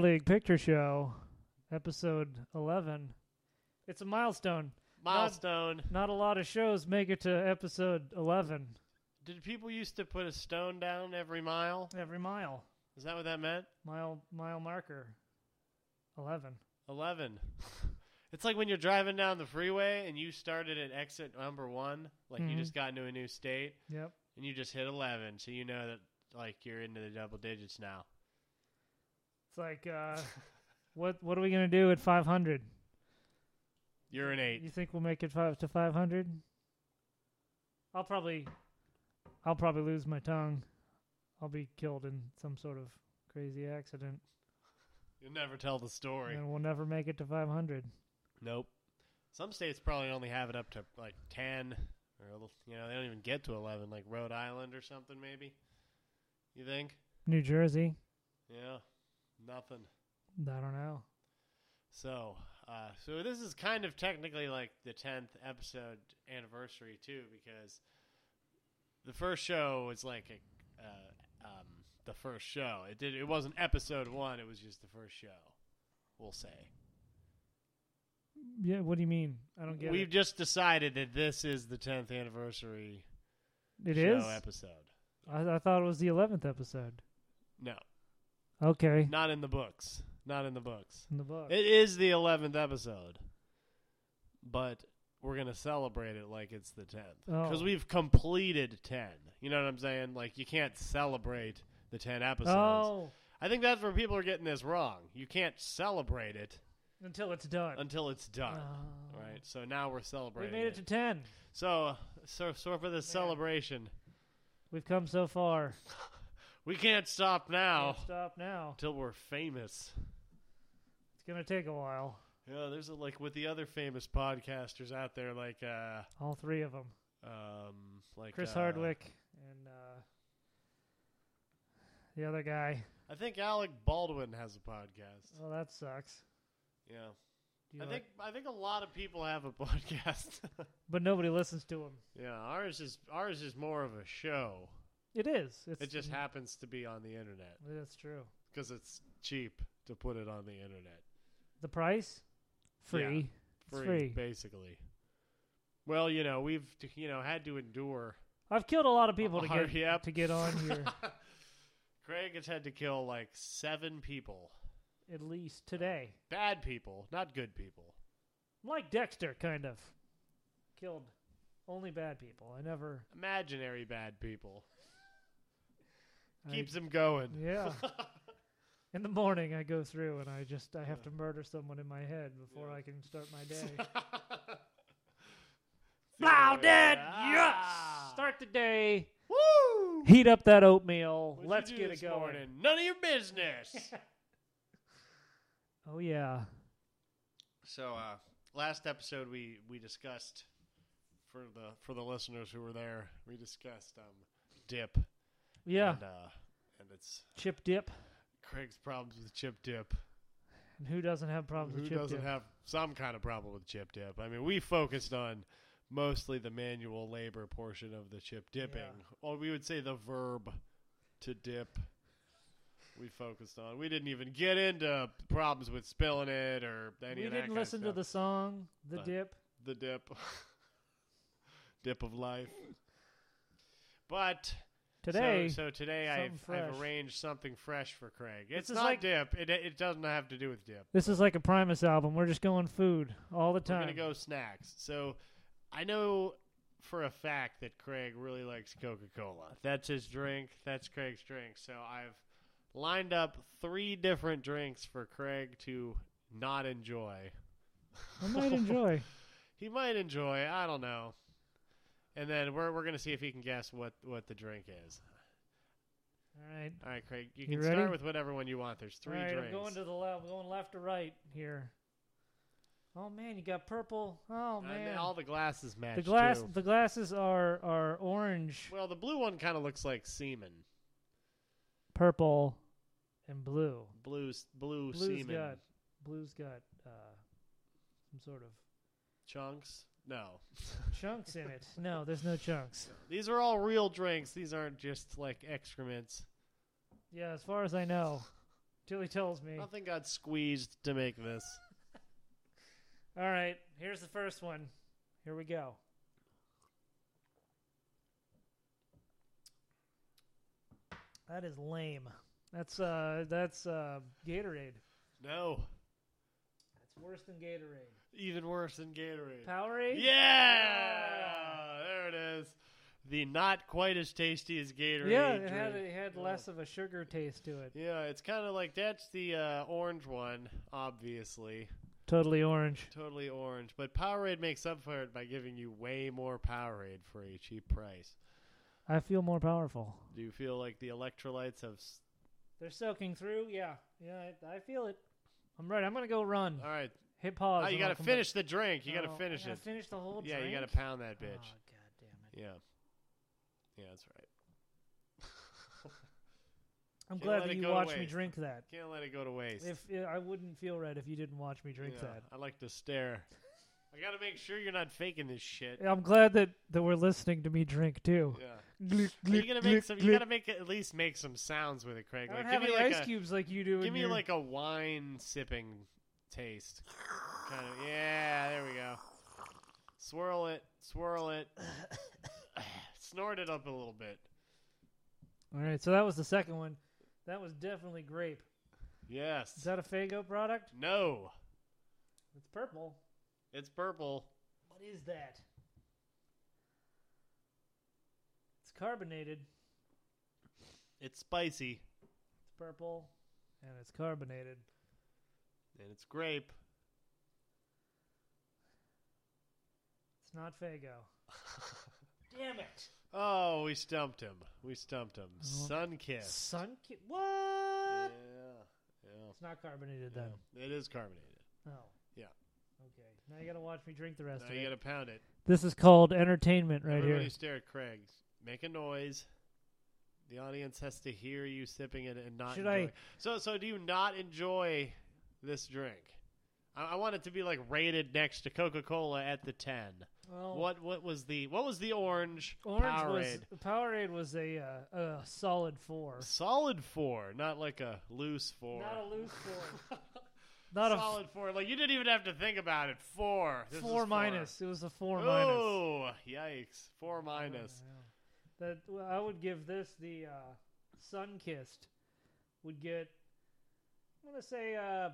League Picture Show, episode 11. It's a milestone. Milestone. Not a lot of shows make it to episode 11 Did people used to put a stone down every mile? every mile. Is that what that meant? Mile mile marker 11. 11. it's like when you're driving down the freeway and you started at exit number one, like you Mhm. just got into a new state Yep. and you just hit 11. So you know that, like, you're into the double digits now. It's like uh what what are we going to do at 500? You're an eight. You think we'll make it 5 to 500? I'll probably I'll probably lose my tongue. I'll be killed in some sort of crazy accident You'll never tell the story. and we'll never make it to 500. Nope. Some states probably only have it up to, like, 10 or, a little- you know, they don't even get to 11, like Rhode Island or something, maybe. You think? New Jersey, Yeah. Nothing. I don't know. So, uh, so this is kind of technically like the tenth episode anniversary too, because the first show was like a, uh, um, the first show. It did. It wasn't episode one. It was just the first show. We'll say Yeah, what do you mean? I don't get we've it. just decided that this is the tenth anniversary It show is. episode. I, I thought it was the eleventh episode. No, Okay, not in the books. Not in the books. in the book. It is the eleventh episode, but we're gonna celebrate it like it's the tenth Oh. because we've completed ten. You know what I'm saying? Like you can't celebrate the ten episodes. oh, I think that's where people are getting this wrong. You can't celebrate it until it's done. until it's done. Oh. Right. So now we're we celebrating. made it to ten. so so so for this celebration, We've come so far. we can't stop now Can't stop now. until we're famous. It's gonna take a while. Yeah, there's a, like with the other famous podcasters out there, like uh, All three of them: um, like Chris uh, Hardwick and uh, the other guy. I think Alec Baldwin has a podcast. Well, that sucks. Yeah, Do you I like- think I think a lot of people have a podcast. but nobody listens to him. yeah, ours is ours is more of a show. It is. It's, It just happens to be on the internet That's true. because it's cheap to put it on the internet. The price, free. It's Free, free. basically. Well, you know, we've you know had to endure. I've killed a lot of people to Are- get yep. to get on here. Craig has had to kill like seven people, at least today. bad people, not good people. like Dexter, kind of. Killed only bad people. I never. Imaginary bad people I- keeps him going. yeah. In the morning, I go through and I just I have to murder someone in my head before I can start my day. Blow dead. Yes. Start the day. Woo! Heat up that oatmeal. What'd Let's you do get this it going. morning? None of your business. Oh yeah. so, uh, last episode we we discussed for the for the listeners who were there, we discussed um dip. Yeah. And, uh, and it's chip dip. Craig's problems with chip dip. And who doesn't have problems Who with chip doesn't dip? have some kind of problem with chip dip? I mean, we focused on mostly the manual labor portion of the chip dipping, or we would say the verb to dip. We focused on. We didn't even get into problems with spilling it or any we of that didn't kind of listen to stuff. the song, the But- dip. the dip, dip of life. But Today, so, so today I've, something I've fresh. arranged something fresh for Craig. It's is not like- dip. It it doesn't have to do with dip. this is like a Primus album. We're just going food all the We're time. gonna go snacks. So I know for a fact that Craig really likes Coca Cola. That's his drink. That's Craig's drink. So I've lined up three different drinks for Craig to not enjoy. I might enjoy. He might enjoy. I don't know. And then we're we're gonna see if he can guess what what the drink is. All right. All right, Craig, you You can ready? start with whatever one you want. There's three All right, drinks. I'm going to the left. I'm going left to right here. Oh man, you got purple. Oh And then man, all the glasses match. the glass too. the glasses are are orange, Well, the blue one kind of looks like semen. purple, and blue. Blue, s- blue Blue's semen. got blue's got uh, some sort of Chunks? No. chunks in it. No, there's no chunks. These are all real drinks. These aren't just like excrements. Yeah, as far as I know, till he tells me. Nothing got squeezed to make this. All right, here's the first one. Here we go. That is lame. That's uh that's uh Gatorade. No, That's worse than Gatorade. even worse than Gatorade. Powerade? Yeah, there it is. The not quite as tasty as Gatorade. Yeah, it had drink. it had Yeah. less of a sugar taste to it. Yeah, it's kind of like that's the uh, orange one, obviously, Totally orange. totally orange. But Powerade makes up for it by giving you way more Powerade for a cheap price. I feel more powerful. Do you feel like the electrolytes have? s- They're soaking through. Yeah, yeah, I, I feel it. I'm right. I'm gonna go run. All right, Hit pause. oh, you and I'll gotta come back. finish the drink. You Oh, gotta I finish gotta it. Finish the whole. Yeah, drink? you gotta pound that Oh, bitch. goddammit. Yeah, yeah, that's right. I'm Can't glad let that it you go to watched me waste. drink that. Can't let it go to waste. If yeah, I wouldn't feel right if you didn't watch me drink Yeah, I like to stare. I gotta make sure you're not faking this shit. that. I'm glad that that we're listening to me drink too. Yeah. Glick, You glick, gotta make glick, some. glick. You gotta make at least make some sounds with it, Craig. I don't Like, have give me any like ice a cubes like you do. in give me your- like a wine sipping taste. kind of. Yeah, there we go. Swirl it, swirl it, snort it up a little bit. All right, so that was the second one. That was definitely grape. Is Yes. that a Fago product? No, It's purple. it's purple. What is that? It's carbonated. It's spicy It's purple, and it's carbonated. and it's grape. It's not Fago. Damn it! Oh, we stumped him. We stumped him. Oh. Sun kiss. Sun. Ki- what? Yeah, yeah. It's not carbonated Yeah. then. It is carbonated. Oh. Yeah. Okay. Now you gotta watch me drink the rest Now of it. you gotta pound it. This is called entertainment right Everybody here. stare at Craig. Make a noise. The audience has to hear you sipping it and not. Should enjoy. I- So, so do you not enjoy this drink? I, I want it to be like rated next to Coca Cola at the ten. Well, What what was the what was the orange? Oh. Orange Powerade. was Powerade was a uh, a solid four, solid four, not like a loose four. not a loose four, not a f- solid four. Like you didn't even have to think about it. Four. This is four minus. It was a four minus. Oh, yikes! Four minus. That well, I would give this the uh, sun kissed would get. I'm gonna say. Uh,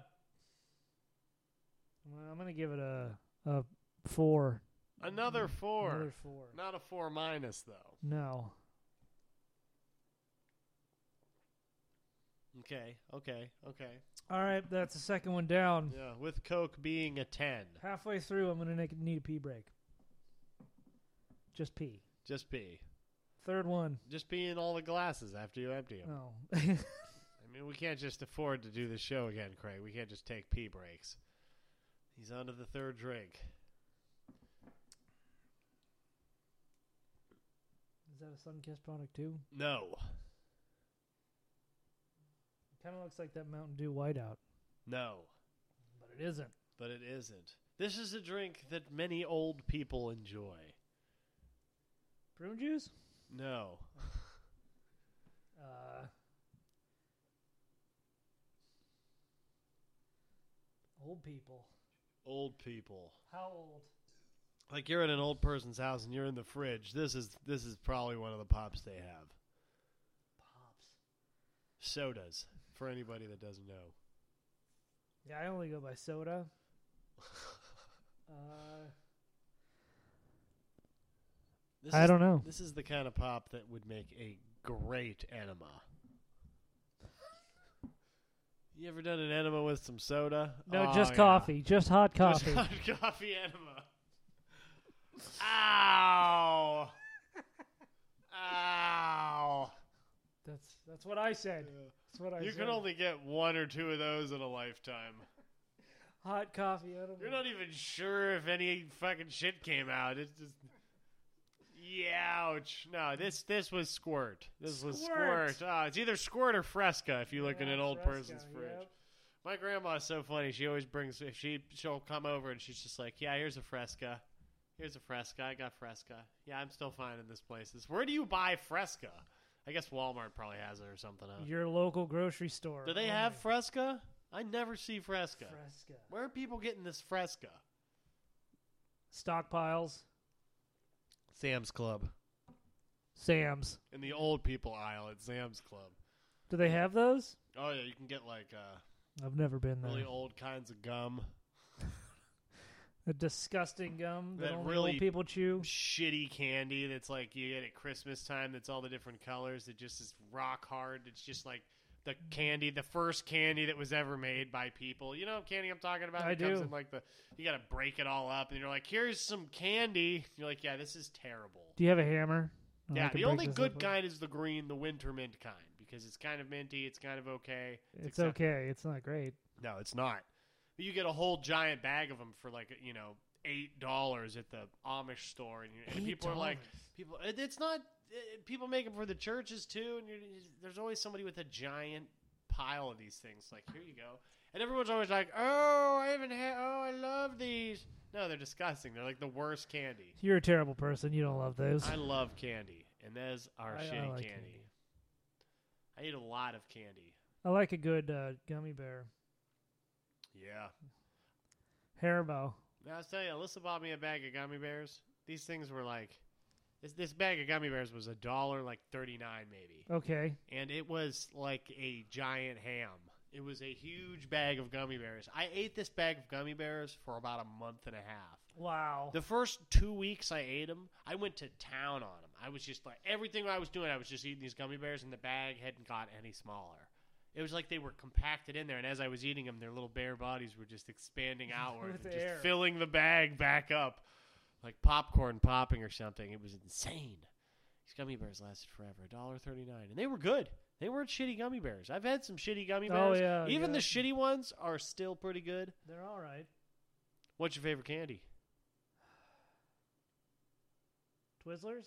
well, I'm gonna give it a a four. Another four. Another four. Not a four minus though. No. Okay, okay, okay. All right, that's the second one down. Yeah, with Coke being a ten, Halfway through, I'm gonna make, need a pee break. Just pee. just pee, Third one. just pee in all the glasses after you empty them. Oh, I mean, we can't just afford to do the show again, Craig. We can't just take pee breaks. He's on to the third drink. is that a Sunkist product too? No, It kind of looks like that Mountain Dew Whiteout, no, but it isn't. but it isn't. This is a drink that many old people enjoy. Prune juice. No, Uh, old people. old people. How old? Like you're at an old person's house and you're in the fridge. This is this is probably one of the pops they have. Pops. Sodas for anybody that doesn't know. Yeah, I only go by soda. Uh, This I is- don't know. This is the kind of pop that would make a great enema. You ever done an enema with some soda? No, Oh, just yeah. coffee. Just hot Just coffee. hot coffee enema. Ow! Ow! that's that's what I said. That's what I You said. can only get one or two of those in a lifetime. hot coffee. I don't You're know. not even sure if any fucking shit came out. It's just Youch. No, this this was squirt. This was Squirt. squirt. Ah, it's either squirt or fresca if you look in Yeah, an old Fresca, person's fridge. yep. My grandma's so funny. She always brings if she she'll come over and she's just like, "Yeah, here's a fresca. Here's a fresca. I got fresca. Yeah, I'm still finding this places. Where do you buy fresca? I I guess Walmart probably has it or something. Huh? Your local grocery store. Do they Oh have my Fresca? I never see Fresca. Fresca Where are people getting this Fresca? stockpiles? Sam's Club. Sam's. In the old people aisle at Sam's Club. Do they have those? Oh yeah, you can get like uh, I've never been there. really old kinds of gum, The disgusting gum that, That only really- old people chew. shitty candy that's like you get at Christmas time. That's all the different colors. That just is rock hard. It's just like the candy, the first candy that was ever made by people. You know what candy I'm talking about? I It comes do. in like the you got to break it all up, and you're like, here's some candy. You're like, yeah, this is terrible. Do you have a hammer? Oh, I Yeah, can the break only this good up. kind is the green, the winter mint kind, because it's kind of minty, it's kind of okay. It's accept- okay. It's not great. No, it's not. But you get a whole giant bag of them for like you know eight dollars at the Amish store, and, you, and people are like, people, it- it's not. it- People make them for the churches too, and you're, there's always somebody with a giant pile of these things. Like here you go, and everyone's always like, oh, I haven't had, oh, I love these. No, they're disgusting. They're like the worst candy. You're a terrible person. You don't love those. I love candy, and those are I- I shitty candy. like candy. I eat a lot of candy. I like a good uh, gummy bear. Yeah. Haribo. Now, I'll tell you, Alyssa bought me a bag of gummy bears. These things were like, this, this bag of gummy bears was a dollar, like 39 maybe. Okay. And it was like a giant ham. It was a huge bag of gummy bears. I ate this bag of gummy bears for about a month and a half. Wow. The first two weeks I ate them, I went to town on them. I was just like everything I was doing, I was just eating these gummy bears, and the bag hadn't got any smaller. It was like they were compacted in there, and as I was eating them, their little bare bodies were just expanding outward, With and air. just filling the bag back up, like popcorn popping or something. It was insane. These gummy bears lasted forever, $1.39. and they were good. They weren't shitty gummy bears. I've had some shitty gummy Oh, bears. yeah, even yeah. the shitty ones are still pretty good. They're all right. What's your favorite candy? Twizzlers.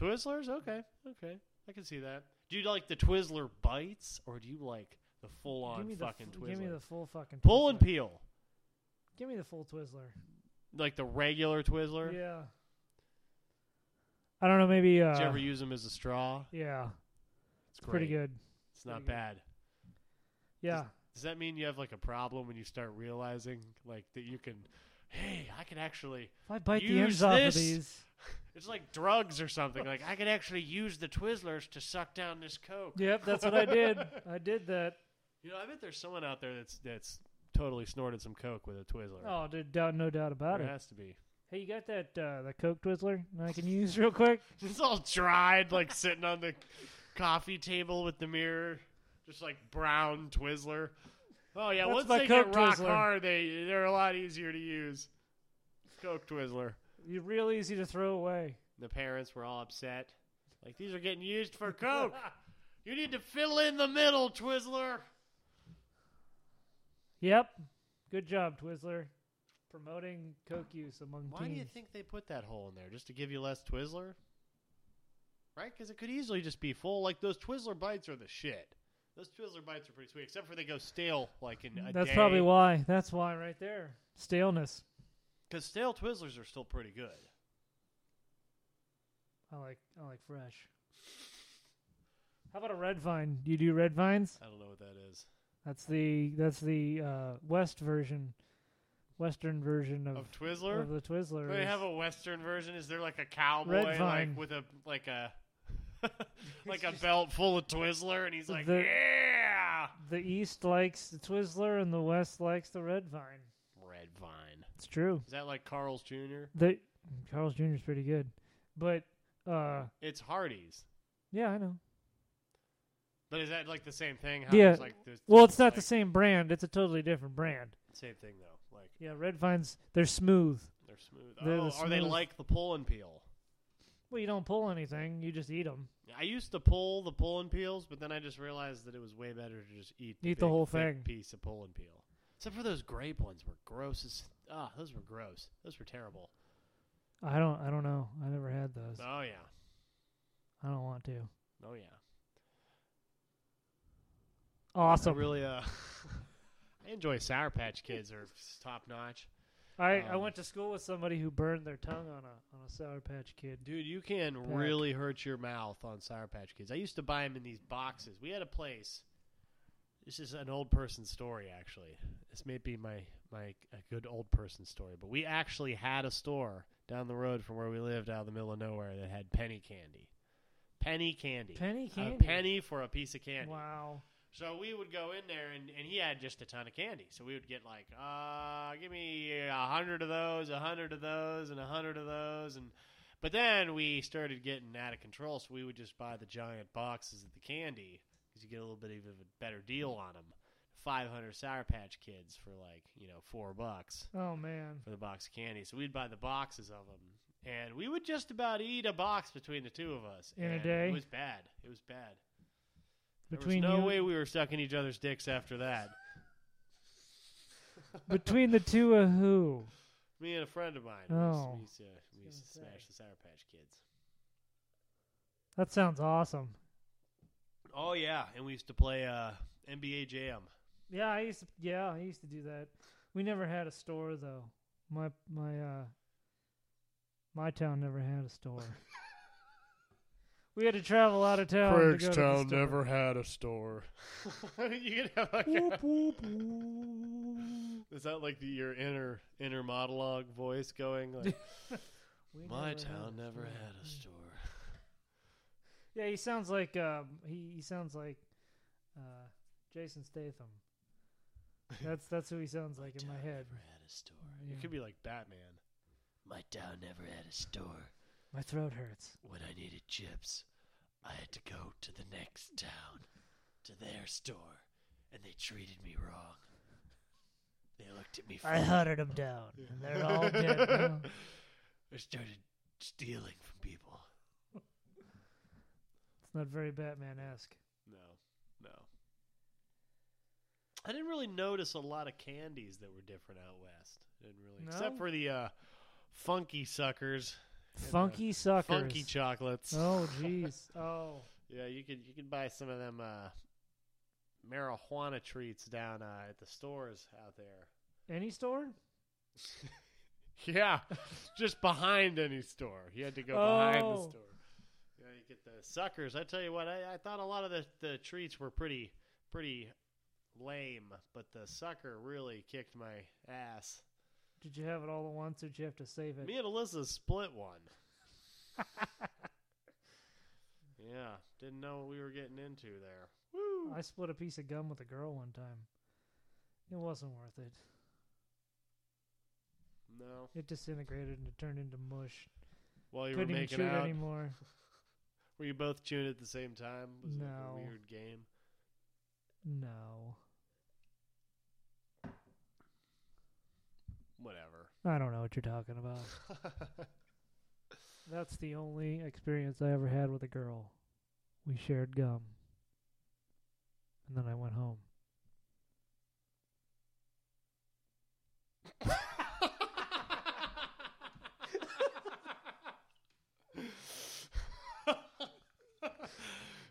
Twizzlers? Okay. Okay. I can see that. Do you like the Twizzler bites or do you like the full give on me fucking the, f- Twizzler? Give me the full fucking. Pull and Twizzler. peel. Give me the full Twizzler. Like the regular Twizzler? Yeah. I don't know. Maybe. Uh, Did you ever use them as a straw? yeah. It's It's pretty great. good. It's not Pretty good. bad. Yeah. Does that mean you have like a problem when you start realizing like that you can hey, I can actually If I bite the Use ends off of this. these. it's like drugs or something. Like I can actually use the Twizzlers to suck down this Coke. Yep, that's what I did. I did that. You know, I bet there's someone out there that's that's totally snorted some Coke with a Twizzler. Oh, dude, doubt, no doubt about there it. has to be. Hey, you got that uh, the Coke Twizzler that I can use real quick? It's all dried, like sitting on the coffee table with the mirror, just like brown Twizzler. Oh yeah, That's once my they Coke get rock Twizzler. hard, they they're a lot easier to use. Coke Twizzler. You're real easy to throw away. The parents were all upset, like these are getting used for Coke. you need to fill in the middle, Twizzler. Yep. Good job, Twizzler. Promoting Coke use among Why do teens. you think they put that hole in there? Just to give you less Twizzler? Right? Because it could easily just be full. Like those Twizzler bites are the shit. Those Twizzler bites are pretty sweet, except for they go stale like in a That's probably why. why. That's why right there. Staleness. Because stale Twizzlers are still pretty good. I like I like fresh. How about a red vine? Do you do red vines? I don't know what that is. That's the that's the uh, west version, western version of Of Twizzler? of the Twizzler. Do they is- have a Western version? Is there like a cowboy Red Vine. like with a like a like a belt full of Twizzler and he's like, The- Yeah The East likes the Twizzler and the West likes the Red Vine. Red Vine. It's true. Is that like Carl's Jr.? The Carl's Jr. is pretty good, but uh, It's Hardee's. yeah, I know. But is that like the same thing? Yeah. there's, Like, there's- Well, it's not the like- same brand. It's a totally different brand. Same thing though. Like Yeah, Red Vines they're smooth. they're smooth. They're oh, the are they smooth- like the pull and peel? Well, you don't pull anything; you just eat them. I used to pull the pull and peels, but then I just realized that it was way better to just eat Eat the big, whole thick thing. piece of pull and peel. Except for those grape ones were gross as ah, those were gross. Those were terrible. I don't. I don't know. I never had those. Oh yeah, I don't want to. oh yeah. I Awesome. really uh, I enjoy Sour Patch Kids are top notch. I, I Um, went to school with somebody who burned their tongue on a on a Sour Patch Kid. Dude, you can really hurt your mouth on Sour Patch Kids. I used to buy them in these boxes. We had a place. This is an old person story, actually. This may be my my a good old person story, but we actually had a store down the road from where we lived, out in the middle of nowhere, that had penny candy. Penny candy. Penny candy. A penny for a piece of candy. Wow. So we would go in there, and, and he had just a ton of candy. So we would get like, uh, give me a hundred of those, a hundred of those, and a hundred of those, and but then we started getting out of control. So we would just buy the giant boxes of the candy because you get a little bit of a better deal on them. Five hundred Sour Patch Kids for like you know four bucks Oh man. for the box of candy. So we'd buy the boxes of them, and we would just about eat a box between the two of us In a and day? It was bad. It was bad. Between there was no you, way we were sucking each other's dicks after that. between the two of who? Me and a friend of mine. Oh. We used to, we used to gonna smash the Sour Patch Kids. That sounds awesome. Oh yeah, and we used to play uh, NBA Jam. Yeah, I used to, yeah, I used to do that. We never had a store though. My my uh my town never had a store. we had to travel out of town. to go to the store. had a store. you could have like a, Whoop, whoop, whoop. is that like the, your inner inner monologue voice going? Like, We never My had a town never store. had a store. Yeah, he sounds like um, he, he sounds like uh, Jason Statham. That's that's who he sounds like in my town head. Never had a store. Yeah. It could be like Batman. My town never had a store. My throat hurts. When I needed chips, I had to go to the next town, to their store, and they treated me wrong. They looked at me I funny. hunted them down, and they're all dead now. I started stealing from people. It's not very Batman-esque. No, no. I didn't really notice a lot of candies that were different out west. Didn't really, No? except for the uh, funky suckers, the Funky suckers. uh, funky chocolates. oh jeez. Oh. Yeah, you could you could buy some of them uh, marijuana treats down uh, at the stores out there. Any store? Yeah, just behind any store. You had to go behind the Oh. store. Yeah, you get the suckers. I tell you what, I, I thought a lot of the, the treats were pretty pretty lame, but the sucker really kicked my ass. Did you have it all at once, or did you have to save it? Me and Alyssa split one. yeah, didn't know what we were getting into there. Woo! I split a piece of gum with a girl one time. It wasn't worth it. no. It disintegrated and it turned into mush. While you were Couldn't even making chew it out, anymore. were you both chewing at the same time? Was it No. a weird game? No, Whatever. I don't know what you're talking about. That's the only experience I ever had with a girl. We shared gum, and then I went home.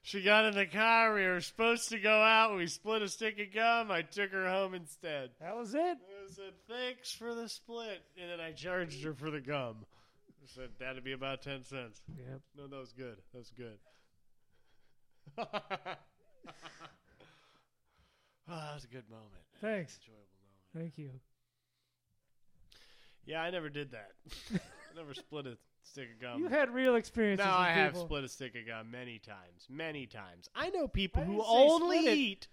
she got in the car. We were supposed to go out. We split a stick of gum. I took her home instead. That was it. I said, thanks for the split. And then I charged her for the gum. I said, that'd be about 10 cents. Yep. No, that was good. That was good. Ah, oh, that was a good moment. Thanks. Enjoyable moment. Thank you. Yeah, I never did that. I never split a stick of gum. you had real experiences. no, with Um, I have people. split a stick of gum many times. Many times. I know people I who didn't say only split it. eat.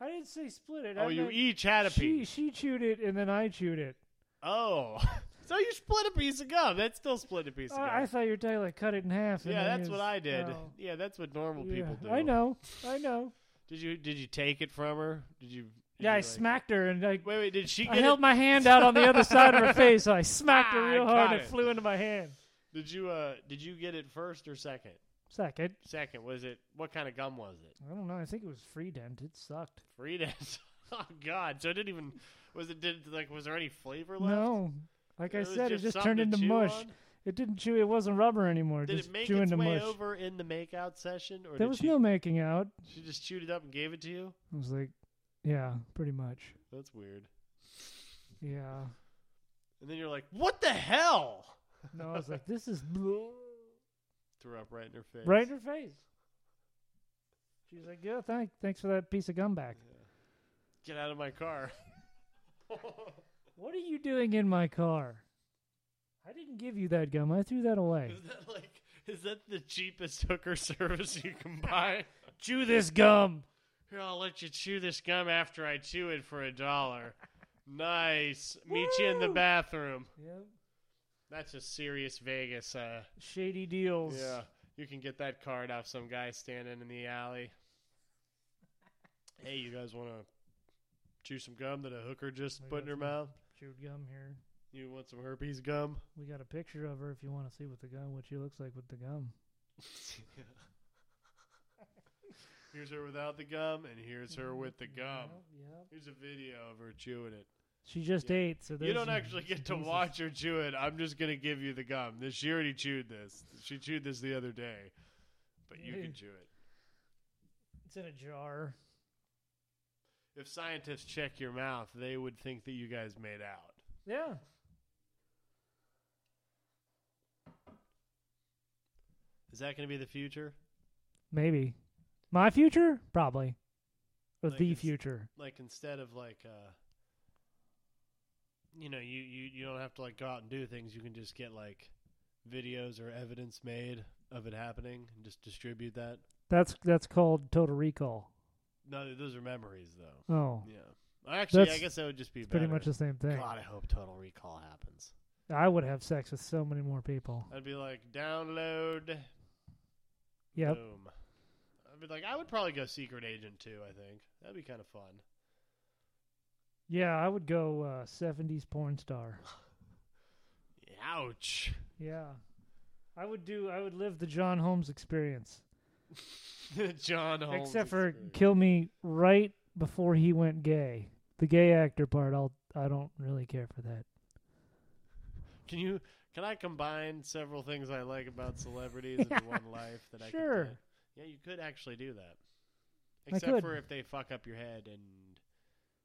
I didn't say split it. Oh, I you meant each had a She piece. she chewed it and then I chewed it. Oh. So you split a piece of gum. That's still split a piece of Oh, gum. I thought you were telling like cut it in half. and yeah, then that's you what just- I did. oh. Yeah, that's what normal Yeah, people do. I know. I know. Did you did you take it from her? Did you? did you, Yeah, I like- smacked her and I, Wait, wait. Did she I get held it? my hand out on the other side of her face. So I smacked her Ah, real I hard got and it. it flew into my hand. Did you uh? Did you get it first or second? Second, Second was it? What kind of gum was it? I don't know. I think it was free dent. It sucked. Free dance. oh God! So it didn't even. Was it? Did like? Was there any flavor left? No, like I It was said, it just something turned to into chew mush. on? It didn't chew. It wasn't rubber anymore. Did just it make chew its into way mush. over in the makeout session, or there did was she, no making out. she just chewed it up and gave it to you? I was like, yeah, pretty much. That's weird. Yeah. and then you're like, "What the hell?" No, I was like, this is blue. Threw up right in her face. right in her face. She was like, yeah, thank, thanks for that piece of gum back. Get out of my car. What are you doing in my car? I didn't give you that gum. I threw that away. Is that like is that the cheapest hooker service you can buy? Chew this gum. Here, I'll let you chew this gum after I chew it for a dollar. Nice. Meet you in the Woo! bathroom. Yep. That's a serious Vegas. Uh, Shady deals. yeah, you can get that card off some guy standing in the alley. Hey, you guys want to chew some gum that a hooker just I put in got her some. mouth? Chewed gum here. You want some herpes gum? We got a picture of her if you want to see what the gum, what she looks like with the gum. here's her without the gum, and here's her with the gum. Yep, yep. Here's a video of her chewing it. She just Yeah. ate, so there's You don't some- actually get to some pieces. watch her chew it. I'm just gonna give you the gum. This she already chewed this. She chewed this the other day, but you Ew. can chew it. It's in a jar. If scientists check your mouth, they would think that you guys made out. Yeah. Is that gonna be the future? Maybe. My future? Probably. Or Like the it's- future. Like instead of like, uh, you know, you, you you don't have to like go out and do things. You can just get like videos or evidence made of it happening and just distribute that. That's that's called total recall. No, those are memories though. Oh. Yeah. Actually, I That's- guess that would just be it's pretty better. much the same thing. God, I hope Total Recall happens. I would have sex with so many more people. I'd be like, download. Yep. Boom. I'd be like, I would probably go Secret Agent too. I think that'd be kind of fun. Yeah, I would go uh, 70s porn star. Ouch. Yeah. I would do I would live the John Holmes experience. John Holmes. Except for experience. kill me right before he went gay. The gay actor part, I'll I don't really care for that. can you? Can I combine several things I like about celebrities Yeah. into one life that I Sure. Could do? yeah, you could actually do that. I Except could. for if they fuck up your head and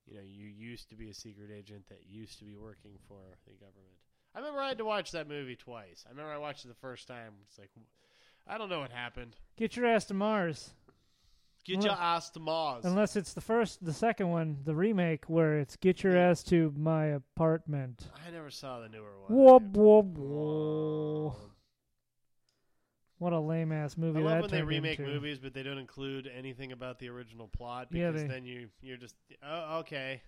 you know you used to be a secret agent that used to be working for the government. I remember I had to watch that movie twice. I remember I watched it the first time. It's like I don't know what happened. Get your ass to Mars. Get Unless- your ass to Mars. Unless it's the first the second one, the remake where it's get your ass to my apartment. I never saw the newer one. Whoop I- whoop whoop. What a lame ass movie I love that when they turned remake into. movies, but they don't include anything about the original plot Yeah, because they- then you you're just oh okay.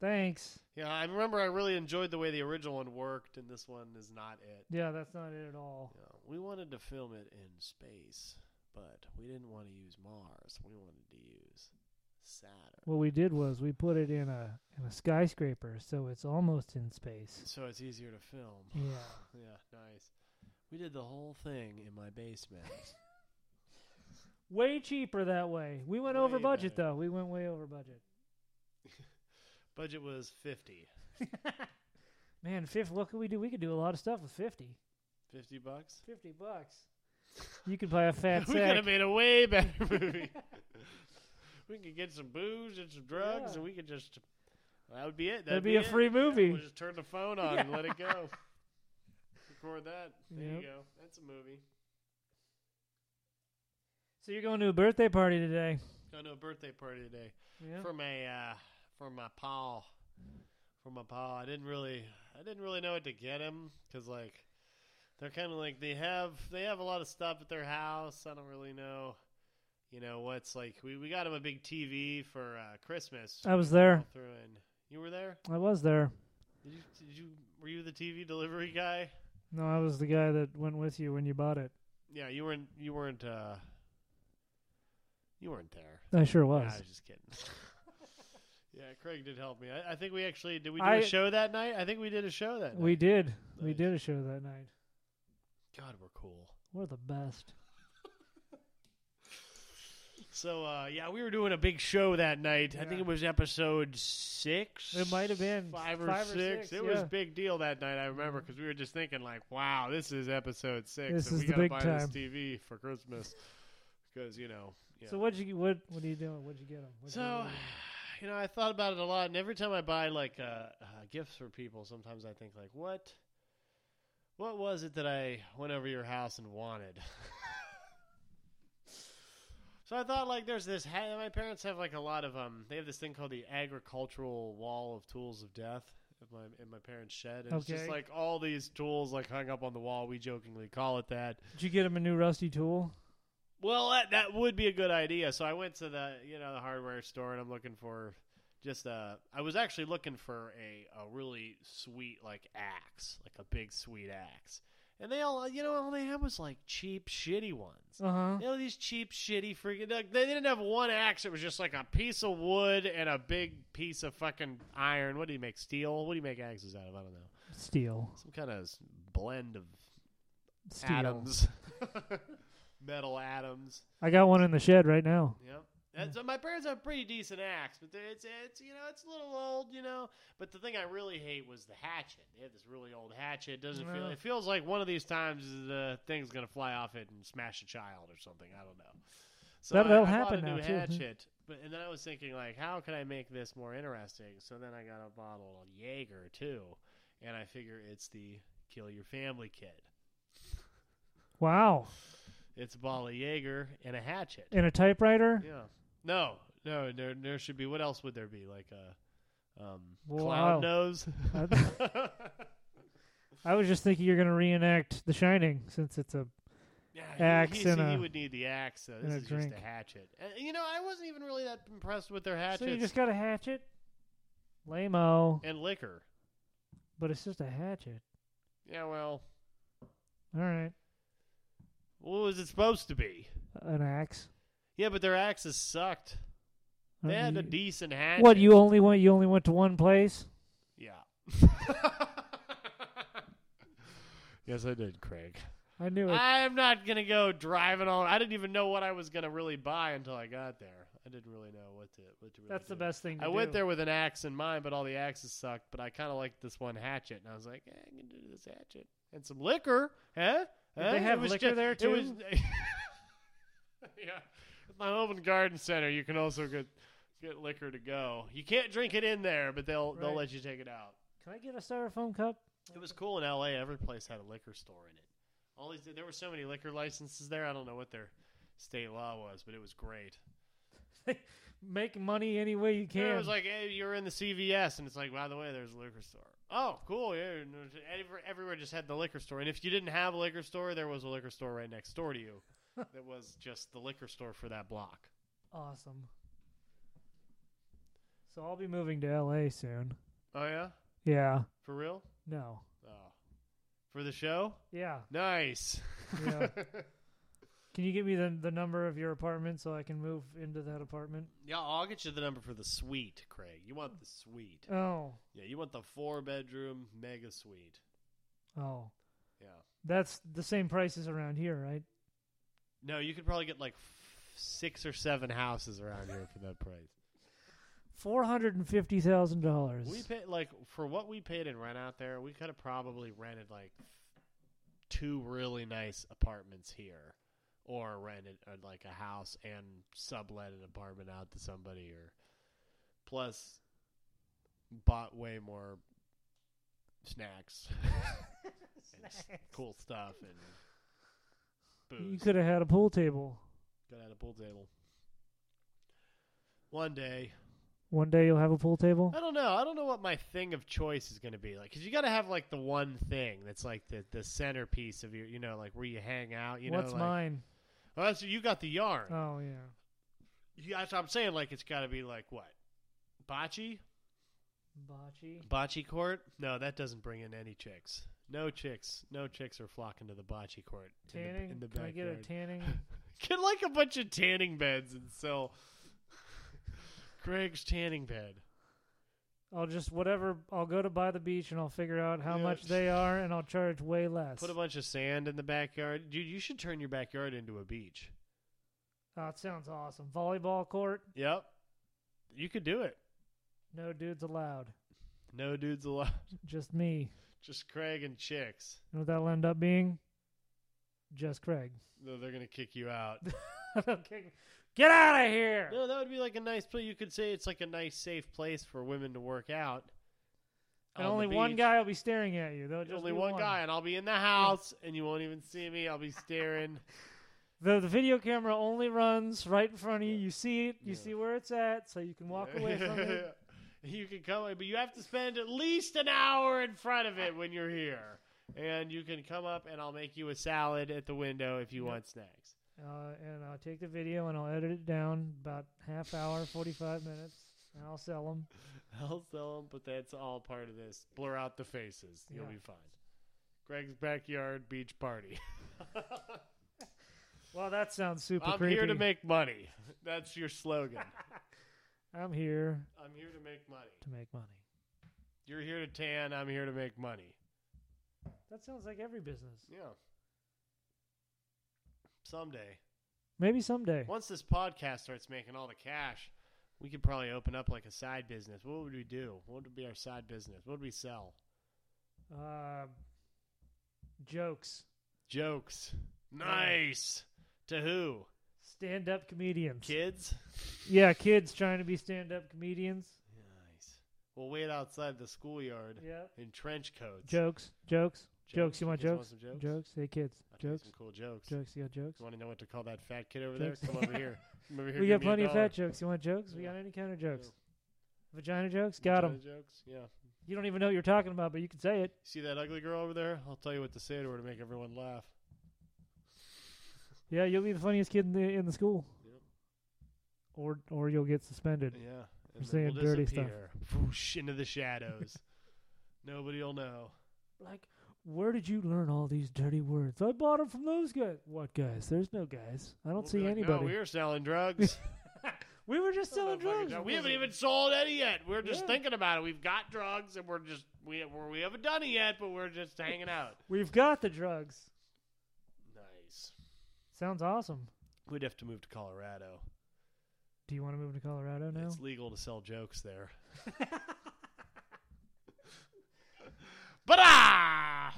Thanks. Yeah, I remember I really enjoyed the way the original one worked, and this one is not it. Yeah, that's not it at all. You know, we wanted to film it in space, but we didn't want to use Mars. We wanted to use Saturn. What we did was we put it in a in a skyscraper, so it's almost in space. So it's easier to film. Yeah. Yeah, nice. We did the whole thing in my basement. Way cheaper that way. We went over Way budget better. though. We went way over budget. Budget was 50. Man, fifth what could we do? We could do a lot of stuff with fifty. 50 bucks? Fifty bucks. You could buy a fat we could sack. have made a way better movie. we could get some booze and some drugs, Yeah. and we could just. That would be it. That'd be a free it. Yeah, movie. we'll just turn the phone on and let it go. Record that. There Yep. you go. That's a movie. So you're going to a birthday party today. Going to a birthday party today Yeah. from a uh, from my pal. From my pal. I didn't really I didn't really know what to get him because like they're kind of like they have they have a lot of stuff at their house. I don't really know. You know what's like we, we got him a big TV for uh, Christmas. I was there. All Through and you were there. I was there. Did you, did you were you the TV delivery guy? No, I was the guy that went with you when you bought it. Yeah, you weren't. You weren't. uh You weren't there. I sure was. Nah, I was just kidding. yeah, Craig did help me. I, I think we actually did. We do I- a show that night. I think we did a show that we night. did. We Nice. did a show that night. God, we're cool. We're the best. So uh, yeah, we were doing a big show that night. I Yeah. think it was episode six. It might have been five or five or six. six, it was yeah. a big deal that night. I remember because we were just thinking like, "Wow, this is episode six. This and is we the gotta big buy time. this TV for Christmas because you know." Yeah. So what you what what are you doing? What'd you get him? So, you know, I thought about it a lot, and every time I buy like a, a gifts for people, sometimes I think like, what, what was it that I went over your house and wanted? so I thought like, there's this. Ha- my parents have like a lot of um. They have this thing called the agricultural wall of tools of death. In my, in my parents' shed, and it's just Okay. like all these tools like hung up on the wall. We jokingly call it that. Did you get him a new rusty tool? Well, that, that would be a good idea. So I went to the you know the hardware store and I'm looking for just a. I was actually looking for a a really sweet like axe, like a big sweet axe. And they all you know all they had was like cheap shitty ones. Uh huh. You know these cheap shitty freaking. Like, they didn't have one axe. It was just like a piece of wood and a big piece of fucking iron. What do you make? Steel? What do you make axes out of? I don't know. Steel. Some kind of s- blend of Steel. atoms, metal atoms. I got one in the shed right now. Yep. And so my parents have pretty decent axe, but it's it's you know it's a little old, you know. But the thing I really hate was the hatchet. They have this really old hatchet. It doesn't feel. Yeah. It feels like one of these times the thing's gonna fly off it and smash a child or something. I don't know. So That- I- that'll I, bought happen a new now, too, huh? hatchet, but and then I was thinking like, how can I make this more interesting? So then I got a bottle of Jaeger too, and I figure it's the kill your family kit. Wow. It's a bottle of Jaeger and a hatchet. And a typewriter? Yeah. No, no. There, there should be. What else would there be? Like a um, Well, clown I'll- nose. I was just thinking you're going to reenact The Shining since it's a. yeah, Axe He, he, and he a- would need the axe. Though. and This a is drink. just a hatchet. And, you know, I wasn't even really that impressed with their So hatchets you just got a hatchet? Lame-o. and liquor. But it's just a hatchet. Yeah. Well, All right. what was it supposed to be? An axe. Yeah, but their axes sucked. They Uh, had you- a decent hatchet. What, you only went you only went to one place? Yeah. yes, I did, Craig. I knew it. I'm not gonna go driving all. I didn't even know what I was gonna really buy until I got there. I didn't really know what to. What to really That's the do. best thing to I do. went there with an axe in mind, but all the axes sucked. But I kind of liked this one hatchet, and I was like, eh, I can do this hatchet and some liquor, huh? Did Huh? they have It was liquor there, It was, too? yeah, at my home and garden center, you can also get get liquor to go. You can't drink it in there, but they'll they'll Right. let you take it out. Can I get a styrofoam cup? It was cool in L.A. Every place had a liquor store in it. All these there were so many liquor licenses there. I don't know what their state law was, but it was great. Make money any way you can. It was like hey, you're in the CVS, and it's like, by the way, there's a liquor store. Oh, cool. Yeah, and there's- every- everywhere just had the liquor store, and if you didn't have a liquor store, there was a liquor store right next door to you. that was just the liquor store for that block. awesome. So I'll be moving to LA soon. Oh yeah, Yeah. for real? No. Oh, for the show? Yeah. Nice. Yeah. Can you give me the the number of your apartment so I can move into that apartment? yeah, I'll get you the number for the suite, Craig. You want the suite? Oh. Yeah, you want the four bedroom mega suite. Oh. Yeah. That's the same prices around here, right? No, you could probably get like f- six or seven houses around here for that price. Four hundred and fifty thousand dollars. We paid like for what we paid in rent out there, we could have probably rented like two really nice apartments here or rented uh, like a house and sublet an apartment out to somebody or plus bought way more snacks and s- cool stuff and booze. You could have had a pool table. Got out a pool table. One day, One day you'll have a pool table. I don't know. I don't know what my thing of choice is going to be like because you got to have like the one thing that's like the the centerpiece of your, you know, like where you hang out. You What's know, like, mine? Oh, that's- you got the yarn. Oh yeah. You- that's what I'm saying. Like it's got to be like what, bocce, Bocce. bocce court. No, that doesn't bring in any chicks. No chicks. No chicks are flocking to the bocce court. in the- Tanning. in the, Can I backyard. get a tanning? Get like a bunch of tanning beds and sell Greg's tanning bed. I'll just whatever. I'll go to buy the beach and I'll figure out how Yeah. much they are and I'll charge way less. Put a bunch of sand in the backyard. Dude, you should turn your backyard into a beach. oh, it sounds awesome. Volleyball court. Yep. You could do it. No dudes allowed. No dudes allowed. Just me. Just Craig and chicks. You know what that'll end up being? Just Craig. Though they're going to kick you out. okay. Get out of here. No, that would be like a nice place. You could say it's like a nice, safe place for women to work out. on And the only one beach. guy will be staring at you. There'll just Only be one guy, and I'll be in the house, and you won't even see me. I'll be staring. The, the video camera only runs right in front of you. Yeah. You see it. You Yeah. see where it's at, so you can walk away from it. You can come, but you have to spend at least an hour in front of it when you're here. And you can come up, and I'll make you a salad at the window if you Yep. want snacks. Uh, and I'll take the video and I'll edit it down about half hour, forty five minutes, and I'll sell them. I'll sell them, but that's all part of this. Blur out the faces. You'll Yeah. be fine. Greg's backyard beach party. Well, that sounds super I'm creepy. here to make money. That's your slogan. I'm here I'm here to make money. to make money. You're here to tan. I'm here to make money. That sounds like every business. Yeah. Someday. Maybe someday. Once this podcast starts making all the cash, we could probably open up like a side business. What would we do? What would be our side business? What would we sell? Uh, jokes. Jokes. Nice. To who? Stand up comedians. Kids? Yeah, kids trying to be stand up comedians. Nice. We'll wait outside the schoolyard Yeah. in trench coats. Jokes. Jokes. Jokes. You want kids jokes? some jokes? Jokes. Hey, kids. I'll tell you Jokes. Some cool jokes. Jokes. You got jokes? You want to know what to call that fat kid over Jokes. there? Come over here. Come over here. We give me got a plenty of fat dollar. jokes. You want jokes? We Yeah. got any kind of jokes. Vagina jokes? Got Vagina them. Jokes. Yeah. You don't even know what you're talking about, but you can say it. See that ugly girl over there? I'll tell you what to say to her to make everyone laugh. Yeah, you'll be the funniest kid in the in the school. Yep. Or or you'll get suspended. Yeah. I'm saying dirty stuff. stuff. Whoosh into the shadows. Nobody'll know. Like, where did you learn all these dirty words? I bought them from those guys. What guys? There's no guys. I don't We'll see be like, anybody. No, we were selling drugs. we were just selling Motherfucking drugs. drugs. We haven't even sold any yet. We're just Yeah. thinking about it. We've got drugs, and we're just we we're, we haven't done it yet, but we're just hanging out. We've got the drugs. Nice. Sounds awesome. We'd have to move to Colorado. Do you want to move to Colorado now? It's legal to sell jokes there. but ah.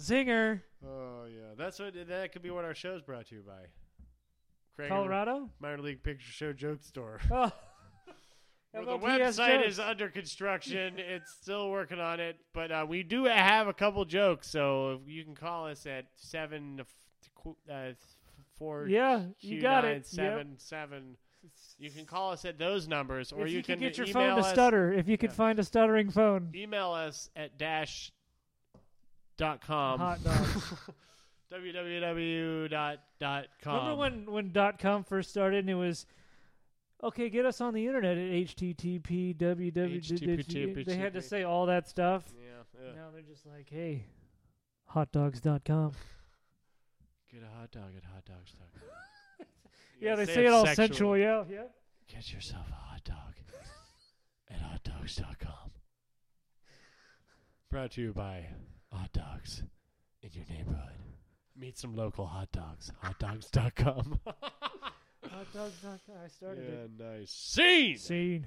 Zinger, Oh yeah, that's what that could be. What our show's brought to you by. Craig and- Colorado. minor league picture show joke store. Oh. Well, the MLPS website jokes. is under construction. it's still working on it, but uh, we do have a couple jokes, so if you can call us at seven to f- qu- uh, four. Yeah, you got it. Yep. Seven seven. You can call us at those numbers, or if you, you, could can get your email phone to us, stutter, if you could Yeah. find a stuttering phone. Email us at dash dot Um, com. Hot dogs. www dot dot com. Remember when when dot com first started and it was okay, get us on the internet at http www. They had to HTTP. say all that stuff. Yeah. ugh. Now they're just like, hey, hotdogs.com. Get a hot dog at hot dogs. dot com. You Yeah, gotta they say it all sexually. sensual. Yeah, yeah. Get yourself a hot dog at hotdogs.com. Brought to you by Hot Dogs in your neighborhood. Meet some local hot dogs. Hotdogs.com. Hotdogs.com. I started yeah, nice. Scene! it. Scene.